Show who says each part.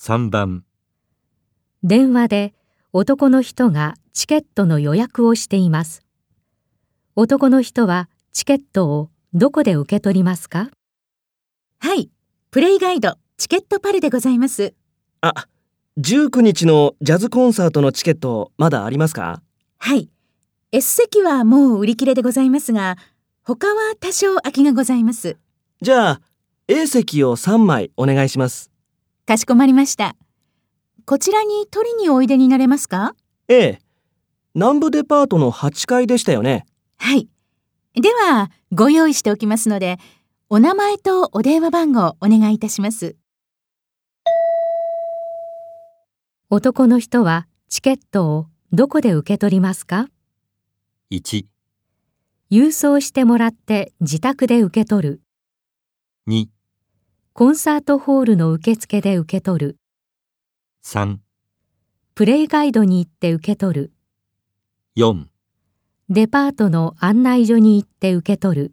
Speaker 1: 3番
Speaker 2: 電話で男の人がチケットの予約をしています。男の人はチケットをどこで受け取りますか
Speaker 3: はい、プレイガイド、チケットパルでございます。
Speaker 4: あ、19日のジャズコンサートのチケットまだありますか
Speaker 3: はい、S 席はもう売り切れでございますが、他は多少空きがございます。
Speaker 4: じゃあ A 席を3枚お願いします。
Speaker 3: かしこまりました。こちらに取りにおいでになれますか
Speaker 4: A、南部デパートの8階でしたよね。
Speaker 3: はい。では、ご用意しておきますので、お名前とお電話番号お願いいたします。
Speaker 2: 男の人はチケットをどこで受け取りますか
Speaker 1: 1、
Speaker 2: 郵送してもらって自宅で受け取る。
Speaker 1: 2、
Speaker 2: コンサートホールの受付で受け取る。
Speaker 1: 3、
Speaker 2: プレイガイドに行って受け取る。
Speaker 1: 4
Speaker 2: デパートの案内所に行って受け取る。